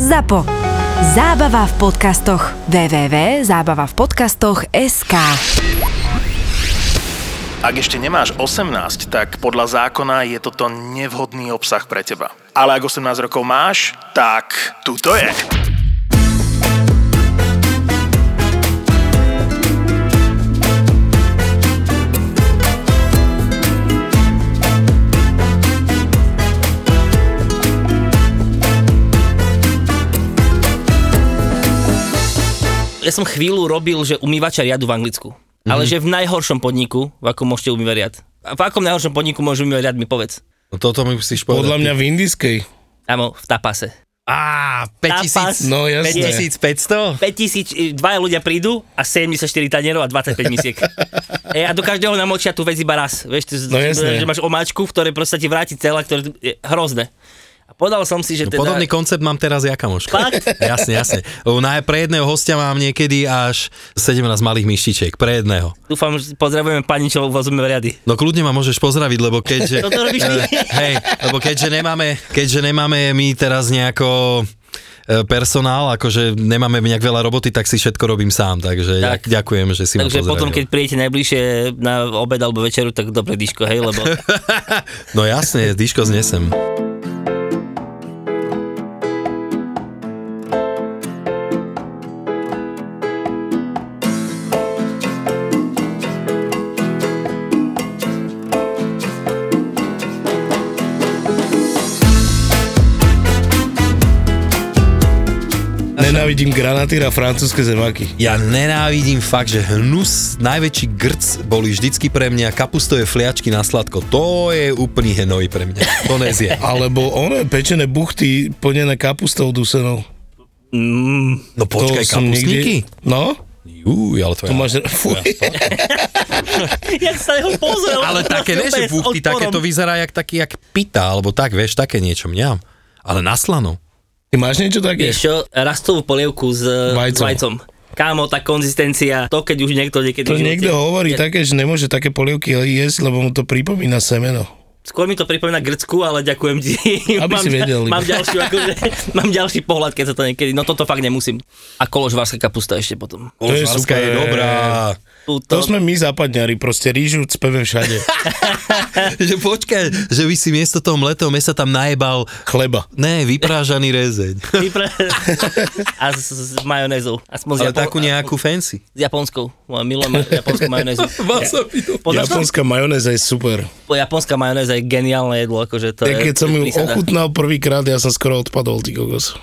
ZAPO. Zábava v podcastoch. www.zábavavpodcastoch.sk Ak ešte nemáš 18, tak podľa zákona je toto nevhodný obsah pre teba. Ale ak 18 rokov máš, tak tu to je. ja som chvíľu robil, že umývača riadu v Anglicku. Mm-hmm. Mhm. Ale že v najhoršom podniku, v akom môžete umývať riad. A v akom najhoršom podniku môžu umývať riad, mi povedz. No toto mi musíš povedať. Podľa mňa v indijskej. Áno, v Tapase. Á, Tapas. 5000, No jasné. 5000, e, 5500? dvaja ľudia prídu a 74 tanierov a 25 misiek. e, a do každého namočia tú vec iba raz. Vieš, ty, No jasné. že máš omáčku, v ktorej proste ti vráti celá, ktoré je hrozné. A podal som si, že No, teda... podobný koncept mám teraz ja, kamoško. Fakt? Jasne, jasne. Lebo na, pre jedného hostia mám niekedy až 17 malých myštičiek. Pre jedného. Dúfam, že pozdravujeme pani, čo uvazume riady. No kľudne ma môžeš pozdraviť, lebo keďže... Toto robíš ty? Hej, lebo keďže nemáme, keďže nemáme my teraz nejako e, personál, akože nemáme nejak veľa roboty, tak si všetko robím sám, takže Tak. tak. ďakujem, že si Takže ma pozdravil. potom, keď prídete najbližšie na obed alebo večeru, tak dobre, Diško, hej, lebo No jasne, Diško znesem. Nenávidím granaty a francúzske zemaky. Ja nenávidím fakt, že hnus, najväčší grc boli vždycky pre mňa kapustové fliačky na sladko. To je úplný hnoj pre mňa. To nezie. Alebo ono, pečené buchty plnené kapustou dusenou. No počkaj, som kapustníky? Nikdy... No, Jú, ale to je... to máš... Fuj. ja sa jeho pozrel. Ale také ne, že buchty, také to vyzerá jak taký, jak pita, alebo tak, vieš, také niečo mňam. Ale na slano. Ty máš niečo také? Vieš čo, rastovú polievku s eh, Vajcom. vajcom. Kámo, tá konzistencia, to keď už niekto niekedy... v To živote- niekto hovorí také, že nemôže také polievky jesť, lebo mu to pripomína semeno. Skôr mi to pripomína Grcku, ale ďakujem ti. Aby si vedel. Mám, ďalšiu, akože, mám ďalší pohľad, keď sa to niekedy... No toto fakt nemusím. A koložvárska kapusta ešte potom. To je super. je dobrá. Tuto, To, sme my západňari, proste rýžu cpeme všade. že počkaj, že by si miesto toho mletého mesa tam najebal Chleba. ne, vyprážaný rezeň. vypre- a s, s, s majonézou. Aspoň s, Ale Japo- takú nejakú fancy. s japonskou. Moja milujem japonskú majonézu. Podľa mňa Japonská majonéza je super. japonská majonéza je geniálne jedlo, akože to Ja je... keď som ju prísada. ochutnal prvýkrát, ja som skoro odpadol, ty kokos.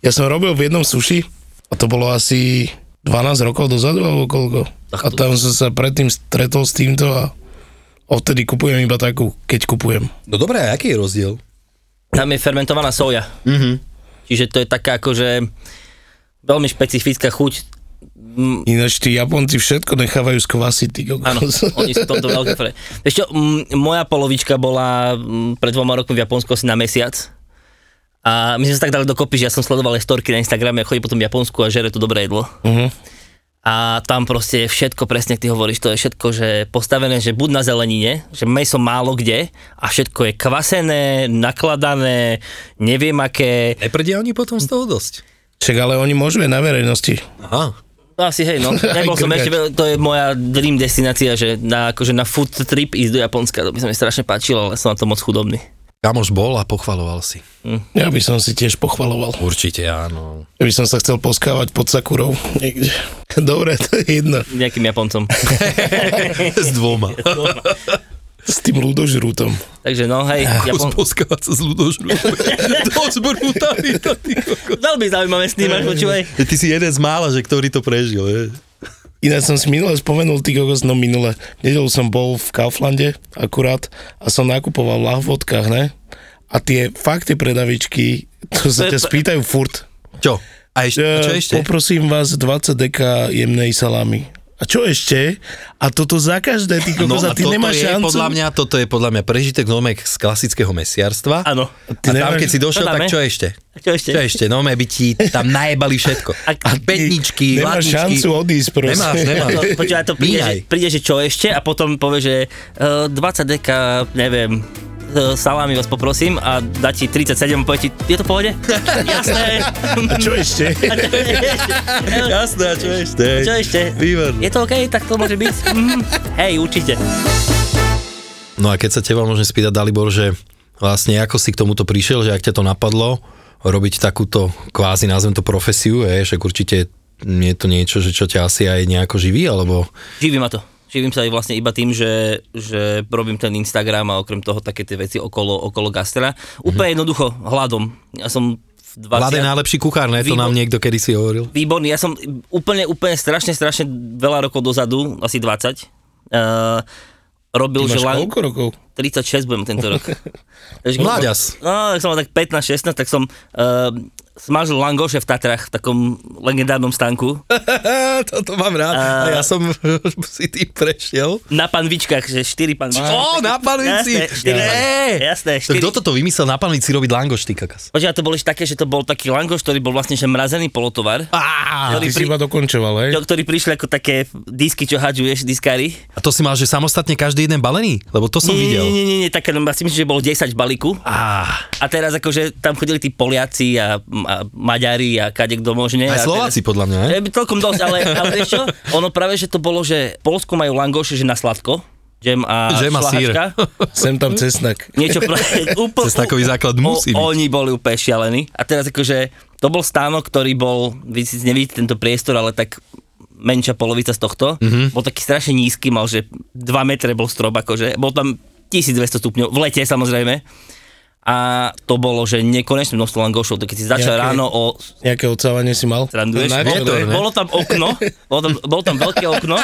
Ja som robil v jednom suši a to bolo asi 12 rokov dozadu alebo koľko. A tam som sa predtým stretol s týmto a odtedy kupujem iba takú, keď kupujem. No dobré, a aký je rozdiel? Tam je fermentovaná soja. Čiže to je taká akože veľmi špecifická chuť. Ináč tí Japonci všetko nechávajú skvasiť, ty Áno, kokos. oni sú v tomto veľké fre. Vieš čo, m, moja polovička bola m, pred dvoma rokmi v Japonsku asi na mesiac. A my sme sa tak dali dokopy, že ja som sledoval aj storky na Instagrame, chodí potom v Japonsku a žere to dobré jedlo. Mhm. A tam proste je všetko presne, ty hovoríš, to je všetko, že postavené, že buď na zelenine, že meso málo kde a všetko je kvasené, nakladané, neviem aké. Neprdia oni potom z toho dosť. Čak ale oni môžu aj na verejnosti. Aha. No Asi hej, no. Nebol som grgať. ešte, veľ- to je moja dream destinácia, že na, akože na food trip ísť do Japonska, to by sa mi strašne páčilo, ale som na to moc chudobný. Kamoš bol a pochvaloval si. Ja by som si tiež pochvaloval. Určite áno. Ja by som sa chcel poskávať pod sakurou niekde. Dobre, to je jedno. Nejakým Japoncom. S dvoma. S tým ľudožrútom. Takže no, hej, Japon... Poskávať sa s ľudožrútom. Dosť brutalita, ty kokos. Veľmi zaujímavé sny máš, počúvaj. Ty si jeden z mála, že ktorý to prežil, je. Ináč som si minule spomenul, ty kokos, no minule. Nedelu som bol v Kauflande akurát a som nakupoval v lahvodkách, ne? A tie fakt tie predavičky, to sa ťa spýtajú furt. Čo? A, ešte, a čo E, ešte? Poprosím vás 20 deka jemnej salámy. A čo ešte? A toto za každé, ty kokos, a No, toto ty nemáš je šancu. podľa mňa, toto je podľa mňa prežitek nomek z klasického mesiarstva. Áno. Ty a tam, nemáš- keď si došiel, To dáme. tak čo ešte? Čo ešte? Čo ešte? No, by ti tam najebali všetko. A- a ty Bedničky, Nemáš ladničky. šancu odísť proste. Nemáš, nemáš. No, počúvaj, to príde, že, Míňaj. príde, že čo ešte a potom povie, že uh, 20 deka, eh, neviem, e, salami vás poprosím a dá ti 37 a povie ti, je to v pohode? Jasné. A čo ešte? Jasné, a čo ešte? No. Čo ešte? Výborné. Je to OK? Tak to môže byť? Mm, hej, určite. No a keď sa teba môžem spýtať, Dalibor, že vlastne ako si k tomuto prišiel, že ak ťa to napadlo, robiť takúto kvázi, nazvem to profesiu, je, však určite je to niečo, že čo ťa asi aj nejako živí, alebo Živí ma to. Živím sa aj vlastne iba tým, že, že robím ten Instagram a okrem toho také tie veci okolo, okolo Mhm. gastra. Úplne jednoducho, hľadom. Ja som v 20... Vlad je najlepší kuchár, ne? To Výbor- nám niekto kedy si hovoril. Výborný, ja som úplne, úplne strašne, strašne veľa rokov dozadu, asi 20, uh, Ty robil máš želanie. koľko rokov? 36 budem tento rok. Takže keď- Mláďas. No, tak som mal tak 15-16, tak som uh, smažil langoše v Tatrach v takom legendárnom stánku. Toto mám rád. A ja som si tým prešiel. Na panvičkách, že 4 panvičky. Ó, na panvici! Jasné, štyri panvičky. Jasné, To štyri. kto toto vymyslel na panvici robiť langoš, ty kakas? Počkaj, a to boli také, že to bol taký langoš, ktorý bol vlastne že mrazený polotovar. Á, Ty Ktorý, si pri, iba dokončoval, hej? čo- ktorý prišli ako také disky, čo hadžuješ, diskári. A to si mal, že samostatne každý jeden balený? Lebo to som Nie, videl. nie, nie, nie, také, no, si myslím, že bolo 10 v balíku. Á, A teraz akože tam chodili tí Poliaci a, a Maďari a kade kto možne. aj a Slováci podľa mňa, ne? Teraz, e, celkom dosť, ale, ale vieš čo? Ono práve, že to bolo, že v Polsku majú langoše, že na sladko. Džem a Džem a sír. šlahačka. Sem tam cesnak. Niečo práve, úplne... Cez takový základ musí byť. Oni boli úplne šialení. A teraz akože, to bol stánok, ktorý bol, vy si nevidíte tento priestor, ale tak menšia polovica z tohto. Mhm. Mm-hmm. Bol taký strašne nízky, mal že 2 metre bol strop, akože. Bol tam 1200 stupňov, v lete samozrejme. A to bolo, že nekonečné množstvo langošov, to keď si začal Nejaké- ráno o Nejaké odsávanie si mal? Sranduješ? Na Bolo, čele, hej? bolo tam okno, bolo tam, bolo tam veľké okno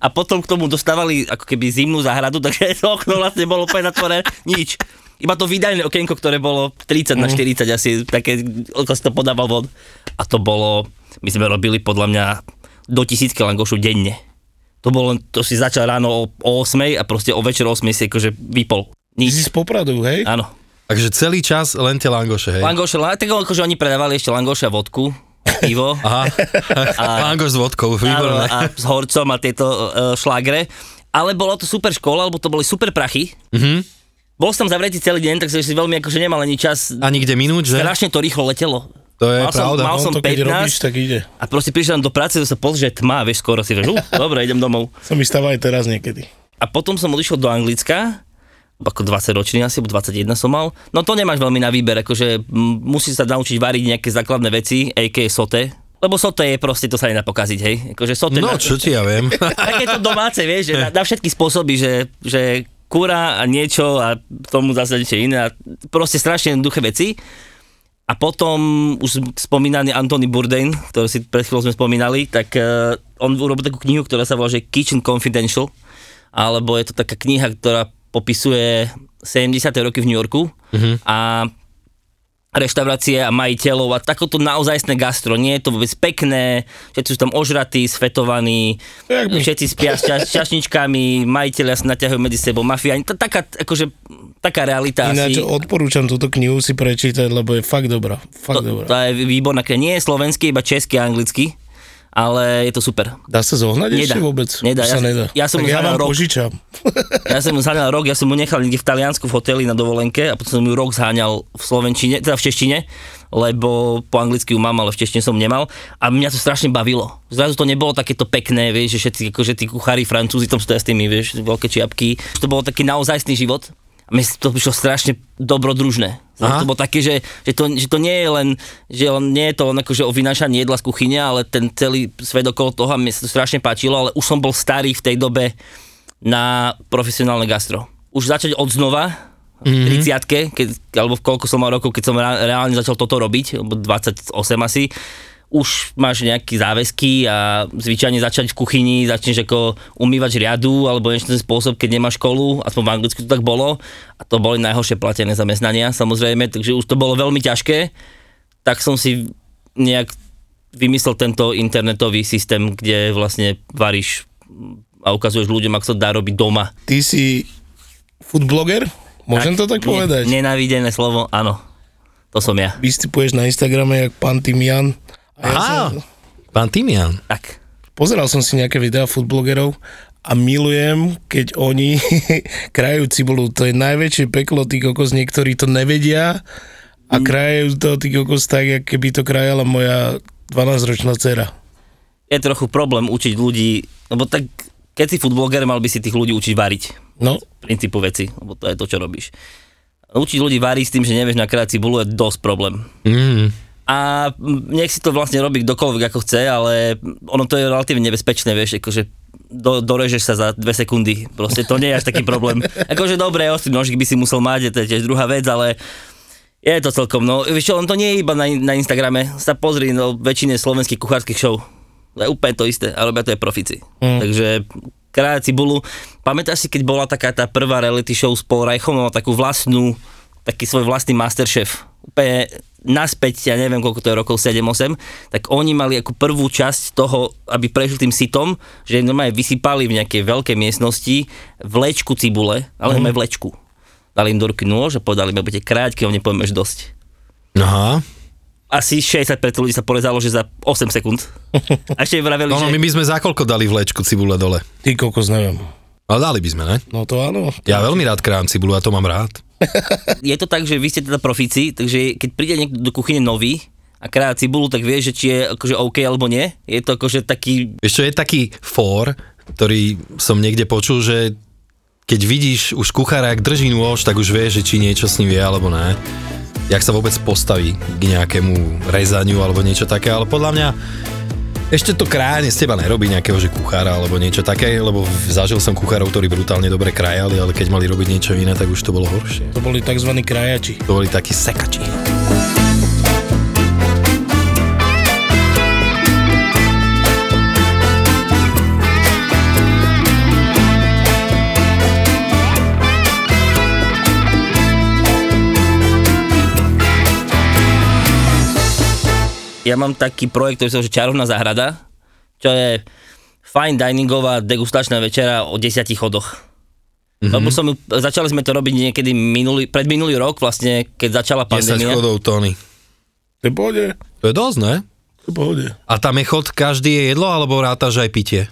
a potom k tomu dostávali ako keby zimnú záhradu, takže to okno vlastne bolo úplne zatvorené, nič. Iba to výdajné okienko, ktoré bolo 30 na 40 asi, také, ako si to podával von. A to bolo, my sme robili podľa mňa do tisícky langošu denne. To bolo, to si začal ráno o, o 8 a proste o večer o 8 si akože vypol. Ty si Nič. z Popradu, hej? Áno. Takže celý čas len tie langoše, hej? Langoše, la- tak akože oni predávali ešte langoše a vodku, pivo. Aha, langoš s vodkou, Áno, výborné. a s Horcom a tieto uh, šlágre. Ale bolo to super škola, lebo to boli super prachy. Mhm. Mm-hmm. Bol som zavretý celý deň, takže si veľmi akože nemal ani čas. A nikde minúť, že? Strašne to rýchlo letelo. To je mal som- pravda. mal no. som to keď 15. robíš, tak ide. A proste prišiel som do práce, to sa pozrie, že tma, vieš, skoro si že, uh, dobre, idem domov. Sa mi stáva aj teraz niekedy. A potom som odišiel do Anglicka, ako 20 ročný asi, alebo 21 som mal. No to nemáš veľmi na výber, akože m, musíš sa naučiť variť nejaké základné veci, a.k.a. sote. Lebo sote je proste, to sa nedá pokaziť, hej. Akože sote No, na- čo ti ja viem. Takéto domáce, vieš, že na, na všetky spôsoby, že, že kúra a niečo a tomu zase niečo iné. A proste strašne jednoduché veci. A potom už spomínaný Anthony Bourdain, ktorý si pred chvíľou sme spomínali, tak uh, on urobil takú knihu, ktorá sa volá že Kitchen Confidential, alebo je to taká kniha, ktorá popisuje 70. roky v New Yorku mm-hmm. a reštaurácie a majiteľov a takoto naozajstné gastro. Nie je to vôbec pekné, všetci sú tam ožratí, sfetovaní, Jak my. všetci spia s ča- s čašničkami, majiteľia sa naťahujú medzi sebou, mafiáni. T- Taká, akože, taká realita asi. Ináč odporúčam túto knihu si prečítať, lebo je fakt dobrá. To, Fakt dobrá. to je výborná kniha. Nie je slovenský, iba český a anglický, ale je to super. Dá sa zohnať Nedá. ešte vôbec? Nedá, To ja sa som- nedá. ja som tak ju ja hľadal vám rok. požičam. Ja som ju zháňal rok, ja som mu nechal niekde v Taliansku v hoteli na dovolenke a potom som ju rok zháňal v Slovenčine, teda v češtine, lebo po anglicky ju mám, ale v češtine som nemal a mňa to strašne bavilo. Zrazu to nebolo takéto pekné, vieš, že všetci, akože tí kuchári francúzi tam stoja s tými, vieš, veľké čiapky. To bol taký naozajstný život. A mne to prišlo strašne dobrodružné. Aha. Aha. To bolo také, že, že, to, že to nie je len, že len, nie je to len akože o vynášaní jedla z kuchyne, ale ten celý svet okolo toho a mne sa to strašne páčilo, ale už som bol starý v tej dobe na profesionálne gastro. Už začať od znova, v 30 keď, alebo v koľko som mal rokov, keď som ra- reálne začal toto robiť, alebo 28 asi, už máš nejaké záväzky a zvyčajne začať v kuchyni, začneš ako umývať riadu alebo niečo ten spôsob, keď nemáš školu, aspoň v Anglicku to tak bolo a to boli najhoršie platené zamestnania samozrejme, takže už to bolo veľmi ťažké, tak som si nejak vymyslel tento internetový systém, kde vlastne varíš a ukazuješ ľuďom, ako sa dá robiť doma. Ty si food blogger? Môžem to Ne- tak povedať? Nenávidené slovo, áno. To som ja. Vystupuješ na Instagrame jak pán Timian. A ja Aha, som, pán Timian. Tak. pozeral som si nejaké videá food blogerov a milujem, keď oni krajú cibulu. To je najväčšie peklo, tí kokos, niektorí to nevedia a Mm. krajú to tí kokos tak, jak keby to krajala moja 12-ročná dcera. Je trochu problém učiť ľudí, lebo tak keď si futbloger, mal by si tých ľudí učiť variť. No, princípu veci, lebo to je to, čo robíš. Učiť ľudí variť s tým, že nevieš nakrájať cibulu je dosť problém. Mm. A m, nech si to vlastne robí kdokoľvek ako chce, ale ono to je relatívne nebezpečné, vieš, akože do, dorežeš sa za dve sekundy, proste to nie je až taký problém. Akože dobre, ostrý nožik by si musel mať, to je tiež druhá vec, ale je to celkom, no, vieš čo, on to nie je iba na, na Instagrame, sa pozri, no, väčšine slovenských kuchárskych show, to je úplne to isté, a robia to je profici. Mm. Takže krája cibulu. Pamätáš si, keď bola taká tá prvá reality show s Paul Reichom, mal takú vlastnú, taký svoj vlastný masterchef. Úplne naspäť, ja neviem, koľko to je rokov, 7-8, tak oni mali ako prvú časť toho, aby prešli tým sitom, že im normálne vysypali v nejakej veľkej miestnosti vlečku cibule, ale mm. vlečku. Dali im do ruky nôž a povedali, že budete kráť, keď vám nepovieme, že dosť Aha. asi 60% ľudí sa porezalo, že za 8 sekúnd. A ešte im vraveli, No, no, že... my by sme za koľko dali vlečku cibule dole? ty kokos, neviem. Ale dali by sme, ne? No to áno. Ja veľmi rád krám cibulu, ja to mám rád. je to tak, že vy ste teda profíci, takže keď príde niekto do kuchyne nový a krája cibulu, tak vieš, že či je akože OK alebo nie. Je to akože taký, Vieš čo, je taký fór, ktorý som niekde počul, že keď vidíš už kuchára, ak drží nôž, tak už vieš, že či niečo s ním vie alebo ne. Jak sa vôbec postaví k nejakému rezaniu alebo niečo také, ale podľa mňa ešte to krájanie z teba nerobí nejakého, že kuchára alebo niečo také, lebo v- zažil som kuchárov, ktorí brutálne dobre krajali, ale keď mali robiť niečo iné, tak už to bolo horšie. To boli tzv. krajači. To boli takí sekači. ja mám taký projekt, ktorý sa volá, že Čarovná záhrada, čo je fine diningová degustačná večera o desiatich chodoch. Mhm. Mm-hmm. Lebo som, ju- začali sme to robiť niekedy minulý, pred minulý rok vlastne, keď začala 10 pandémia. chodov, Tony. To je pohode, To je dosť, ne? to je pohode. A tam je chod, každý je jedlo, alebo rátaš aj pitie?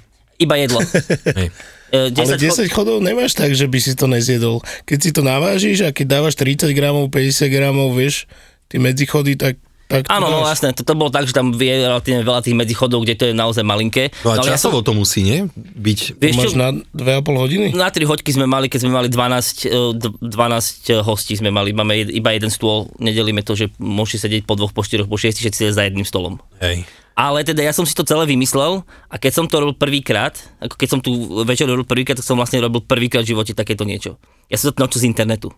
Iba jedlo. Hej. E, Ale 10 chodov nemáš tak, že by si to nezjedol. Keď si to navážiš a keď dávaš 30 gramov, 50 gramov, vieš, tie medzichody, tak, tak to Áno, no dáš. jasné, to, to bolo tak, že tam je relatívne veľa tých medzichodov, kde to je naozaj malinké. No a ale časovo to musí, nie? Byť vieš čo, Máš na 2,5 hodiny? na 3 hoďky sme mali, keď sme mali 12, e, d- 12 hostí sme mali, máme jed- iba jeden stôl, nedelíme to, že môžete sedieť po dvoch, po štyroch, po šiestich, všetci sedia za jedným stolom. Hej. Ale teda ja som si to celé vymyslel a keď som to robil prvýkrát, ako keď som tú večer robil prvýkrát, tak som vlastne robil prvýkrát v živote takéto niečo. Ja som to naučil z internetu.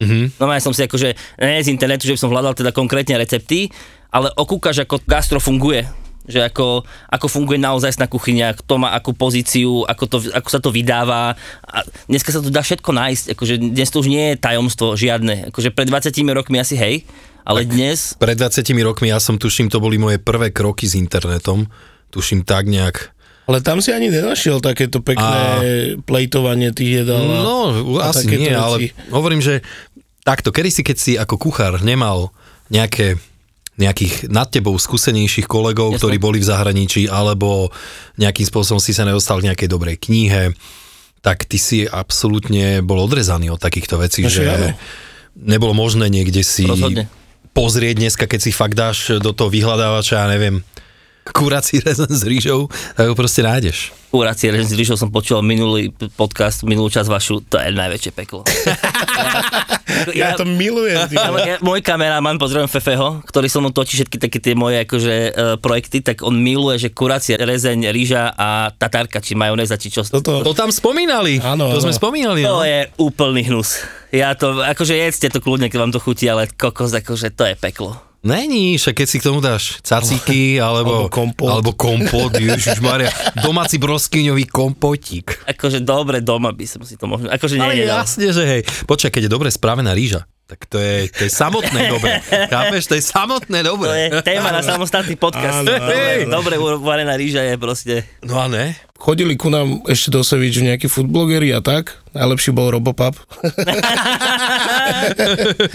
Mm-hmm. No ja som si akože, ne z internetu, že by som hľadal teda konkrétne recepty, ale okúkaš, ako gastro funguje že ako, ako funguje naozaj na kuchyňa, kto má akú pozíciu, ako, to, ako sa to vydáva. A dneska sa to dá všetko nájsť, akože dnes to už nie je tajomstvo žiadne. Akože pred 20 rokmi asi hej, ale dnes Pred 20 rokmi, ja som tuším, to boli moje prvé kroky s internetom. Tuším tak nejak. Ale tam si ani nenašiel takéto pekné a... plejtovanie tých jedál. a- No, a asi nie, takéto veci. ale hovorím, že takto, kedy si, keď si ako kuchár nemal nejaké nejakých nad tebou skúsenejších kolegov, Jasné. ktorí boli v zahraničí, alebo nejakým spôsobom si sa nedostal k nejakej dobrej knihe, tak ty si absolútne bol odrezaný od takýchto vecí, No, že že áno. nebolo možné niekde si Rozhodne. pozrieť dneska, keď si fakt dáš do toho vyhľadávača, ja neviem, kurací rezen s rýžou, tak ho proste nájdeš. Kurácie režim s Ríšou som počul minulý p- podcast, minulú časť vašu, to je najväčšie peklo. Ja, to milujem. Ty. ja, ja, môj kameraman, pozdravujem Fefeho, ktorý so mnou točí všetky také tie moje akože, e, projekty, tak on miluje, že kurácia, rezeň, rýža a tatárka, či majonéza, či čo. Toto, To tam spomínali, Áno, to áno. sme spomínali. To no. je úplný hnus. Ja to, akože jedzte to kľudne, keď vám to chutí, ale kokos, akože to je peklo. Není, však keď si k tomu dáš cacíky, alebo, Alebo kompot. alebo kompot ježišmaria, domáci broskyňový kompotík. Akože dobre doma by som si to možno, akože nie, Ale nie, no. jasne, že hej. Počkaj, keď je dobre správená rýža, Tak to je, to je samotné dobre. Chápeš? To je samotné dobre. To je téma na samostatný podcast. Áno, áno, Dobre, áno. dobre uvarená ríža je proste. No a ne? Chodili ku nám ešte do Sevič nejakí foodblogeri a tak. Najlepší bol Robopap.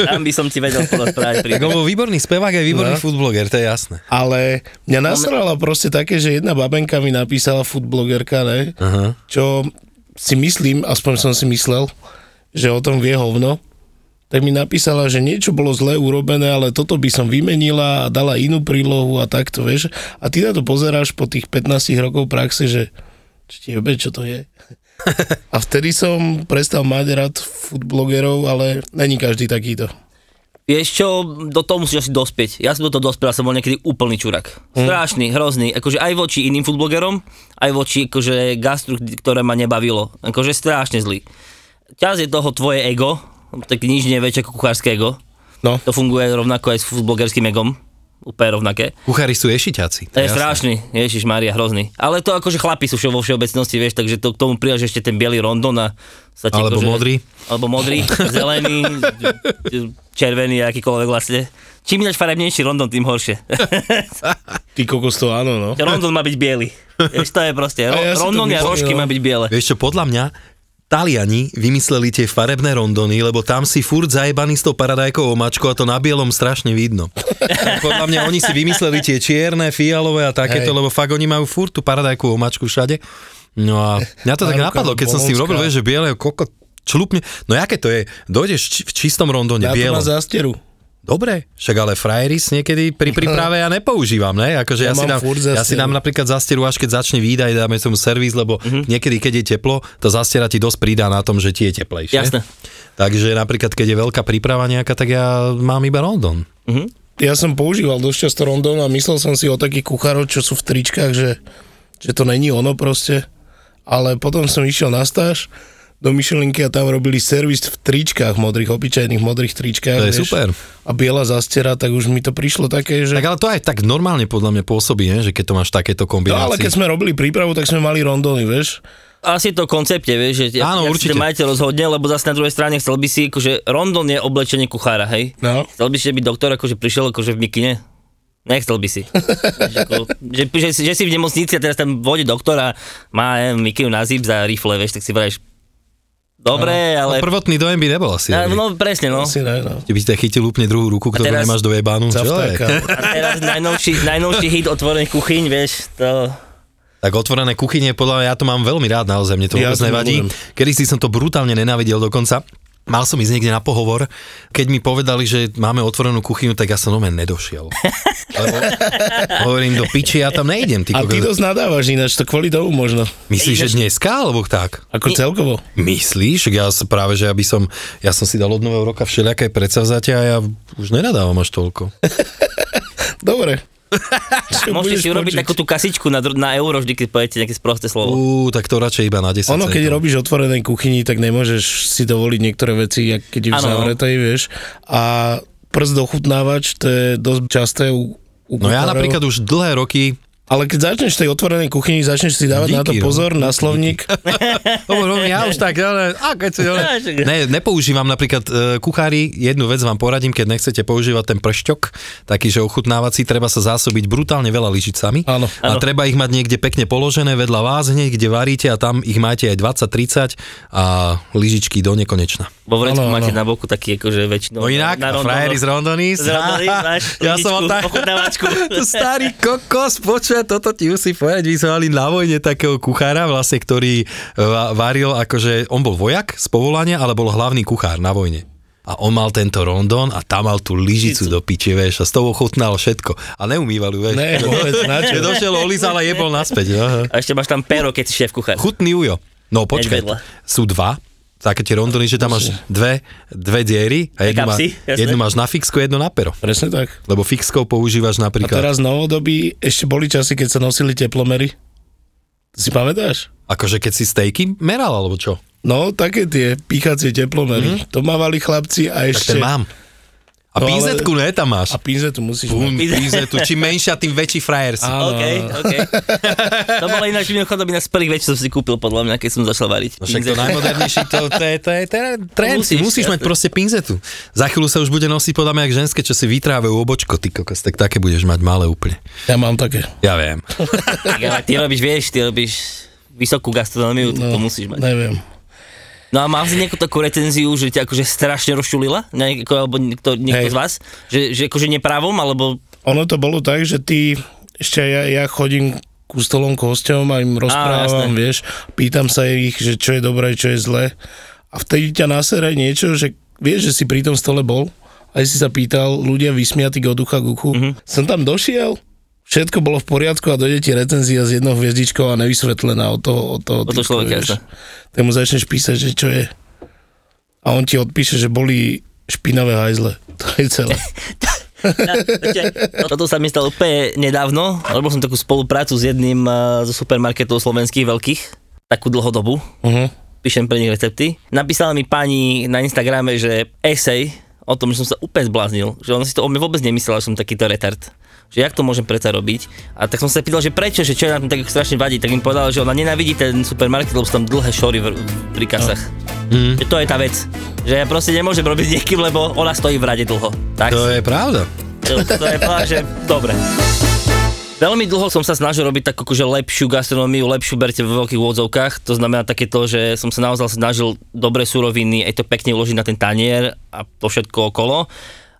Tam by som ti vedel porozprávať Tak príbeh. on bol výborný spevák aj výborný no. foodbloger, to je jasné. Ale mňa nasrala proste také, že jedna babenka mi napísala foodblogerka, ne? Aha. Čo si myslím, aspoň som si myslel, že o tom vie hovno. Tak mi napísala, že niečo bolo zle urobené, ale toto by som vymenila a dala inú prílohu a takto, vieš. A ty na to pozeráš po tých 15 rokov praxe, že či ti jebe, čo to je. A vtedy som prestal mať rád foodblogerov, ale není každý takýto. Vieš čo, do toho musíš asi dospieť. Ja som do toho dospel, som bol niekedy úplný čurak. Strašný, hrozný. Akože aj voči iným futblogerom, aj voči akože gastru, ktoré ma nebavilo. Akože strašne zlý. Ťaz je toho tvoje ego, tak nič nie je väčšie ako kuchárske ego. No. To funguje rovnako aj s futblogerským egom. Úplne rovnaké. Kuchári sú ješiťáci. To je strašný, Ježiš Maria, hrozný. Ale to akože chlapi sú všeo- vo všeobecnosti, vieš, takže to, k tomu pridaš ešte ten biely rondon a sa ti Alebo akože, modrý. Alebo modrý, zelený, červený, akýkoľvek vlastne. Čím ináč farebnejší rondon, tým horšie. Ty kokos to áno, no. rondon má byť biely. Vieš, to je proste. Ro- A ja si to rondon a myslím, rožky no. má byť biele. Vieš čo, podľa mňa Taliani vymysleli tie farebné rondony, lebo tam si furt zajebaný s tou paradajkovou mačkou a to na bielom strašne vidno. Tak podľa mňa oni si vymysleli tie čierne, fialové a takéto, Hej. lebo fakt oni majú furt tú paradajkovú mačku všade. No a mňa to tak Maruka, napadlo, keď som s tým Bolonská. robil, vieš, že biele koko člupne. No jaké to je? Dojdeš či- v čistom rondone, Ja to bielom. mám zásteru. Dobre, však ale frajeris niekedy pri príprave ja nepoužívam, ne? Akože ja, Ja ja, si, mám dám, furt ja si zastieru. dám napríklad zastieru, až keď začne výdaj, dáme tomu servis, lebo Mhm. mm-hmm. niekedy, keď je teplo, tá zastiera ti dosť pridá na tom, že ti je teplejšie. Jasné. Takže napríklad, keď je veľká príprava nejaká, tak ja mám iba London. ja som používal dosť často rondón a myslel som si o takých kuchárov, čo sú v tričkách, že, že to není ono proste. Ale potom som išiel na stáž do Michelinky a tam robili servis v tričkách modrých, obyčajných modrých tričkách. To je super. A biela zastiera, tak už mi to prišlo také, že... Tak ale to aj tak normálne podľa mňa pôsobí, ne? že keď to máš takéto No, kombinácie. ale keď sme robili prípravu, tak sme mali rondóny, vieš? Asi to koncepte, vieš, že ja, Áno, ja určite. ten majiteľ rozhodne, lebo zase na druhej strane chcel by si, akože rondon je oblečenie kuchára, hej? No. Chcel by si že by doktor akože prišiel akože v mikine? Nechcel by si. Vieš, ako, že, že, si- že, si v nemocnici a teraz tam vode doktora má ja neviem, mikinu na zip za rifle, vieš, tak si vraješ. Dobre, ale... No, prvotný dojem by nebol asi. Ja, No, no presne, no. Asi ne, no. Ty by si tak chytil úplne druhú ruku, ktorú teraz- nemáš do jebánu. Čo je? Caftáka. A teraz najnovší, najnovší hit otvorených kuchyň, vieš, to... Tak otvorené kuchyne, podľa mňa, ja to mám veľmi rád naozaj, mne to Ja vôbec to nevadí. milujem. Kedy si som to brutálne nenávidel dokonca. Mal som ísť niekde na pohovor, keď mi povedali, že máme otvorenú kuchyňu, tak ja som nomen nedošiel. Lebo hovorím do piči, ja tam nejdem. Ty A ty kokos. dosť nadávaš ináč, to kvôli tomu možno. Myslíš, že dneska, alebo tak? Ako celkovo. Myslíš? Ja sa práve, že aby som, ja som si dal od nového roka všelijaké predsavzatia a ja už nenadávam až toľko. Dobre. Čo budeš Môžete si urobiť počuť? takú tú kasičku na, dru- na euro vždy, keď poviete nejaké sprosté slovo. Uú, tak to radšej iba na 10 Ono, keď centov. robíš v otvorenej kuchyni, tak nemôžeš si dovoliť niektoré veci, jak keď je v Áno. zavretej, vieš. A prst dochutnávač, to je dosť časté u, u No ja kuchárov. napríklad už dlhé roky Ale keď začneš v tej otvorenej kuchyni, začneš si dávať na to Díky, no. pozor, na slovník. Hovorím, ja už tak, ale, a keď si, ale... Ne, nepoužívam napríklad e, kuchári, jednu vec vám poradím, keď nechcete používať ten pršťok, taký, že ochutnávací, treba sa zásobiť brutálne veľa lyžicami Áno. a treba ich mať niekde pekne položené vedľa vás hneď, kde varíte a tam ich máte aj 20-30 a lyžičky do nekonečna. Vo vrecku Áno, áno. máte na boku taký akože väčšinou... No inak, na, a rondónoch. frajeri z Rondony, Z Rondony máš ja som mal lyžičku, tak, ochutnávačku. to starý kokos, počuť, toto ti musí povedať, my sme mali na vojne takého kuchára, vlastne, ktorý va- varil, akože, on bol vojak z povolania, ale bol hlavný kuchár na vojne. A on mal tento rondón a tam mal tú lyžicu do piče, vieš, a s tou ochutnal všetko. A neumýval ju, vieš. Ne, vôbec, na čo? Že došiel, olizal a jebol naspäť. no. Aha. A ešte máš tam pero, keď si šéf kuchár. Chutný ujo. No počkaj, vedľa. sú dva, také tie rondony, že tam máš dve, dve diery a jednu, má, kapsy, jasné. jednu máš na fixku, jednu na pero. Presne tak. Lebo fixkou používaš A napríklad, teraz novodobí, ešte boli časy, keď sa nosili teplomery. Si pamätáš? akože keď si stejky meral, alebo čo? No, také tie píchacie teplomery. To mávali chlapci Mhm. Tak a ten ešte... mám. A A No, ale- pinzetku, ne, tam máš. A pinzetu musíš Bum, mať. pinzetu. Čím menšia, tým väčší frajer si. Áno, OK, áno. OK. To bola ináč mimochodom iná z prvých vecí, čo som si kúpil, podľa mňa, keď som začal variť. No však to najmodernejší, to, to, je, to je ten trend. Musíš, Musíš, musíš mať jasne. proste pinzetu. Za chvíľu sa už bude nosiť podľa mňa jak ženské, čo si vytrávajú obočko, ty kokos, tak také budeš mať malé úplne. Ja mám také. Ja viem. Tak, ale ty robíš, vieš, ty robíš vysokú gastronómiu, no, to musíš mať. Neviem. No a mal si nejakú takú recenziu, že ťa akože strašne rozčulila? Nejako, alebo niekto, niekto Hej. z vás? Že, že akože nepravom, alebo... Ono to bolo tak, že ty, ešte ja, ja chodím ku stolom k hosťom a im rozprávam, jasné. vieš, pýtam sa ich, že čo je dobré, čo je zlé. A vtedy ťa nasere niečo, že vieš, že si pri tom stole bol, aj si sa pýtal, ľudia vysmiatí od ducha k uchu. Mhm. Mm-hmm. Som tam došiel, všetko bolo v poriadku a dojde ti recenzia s jednou hviezdičkou a nevysvetlená od toho, od toho, Od toho typka, človeka, vieš. jasné. Tak mu začneš písať, že čo je. A on ti odpíše, že boli špinavé hajzle. To je celé. Toto sa mi stalo úplne nedávno. Robil som takú spoluprácu s jedným eh, zo supermarketov slovenských veľkých. Takú dlhodobu. Uh-huh. píšem pre nich recepty. Napísala mi pani na Instagrame, že esej o tom, že som sa úplne zbláznil, že ona si to o mne vôbec nemyslela, že som takýto retard že jak to môžem predsa robiť. A tak som sa pýtal, že prečo, že čo je na tom tak strašne vadí, tak im povedala, že ona nenávidí ten supermarket, lebo sú tam dlhé šory v, pri kasách. Mm. Že to je tá vec, že ja proste nemôžem robiť s niekým, lebo ona stojí v rade dlho. Tak To je pravda. to, to je fakt, že dobre. Veľmi dlho som sa snažil robiť takú akože lepšiu gastronómiu, lepšiu berte vo veľkých úvodzovkách, to znamená také to, že som sa naozaj snažil dobre suroviny, aj to pekne uložiť na ten tanier a to všetko okolo,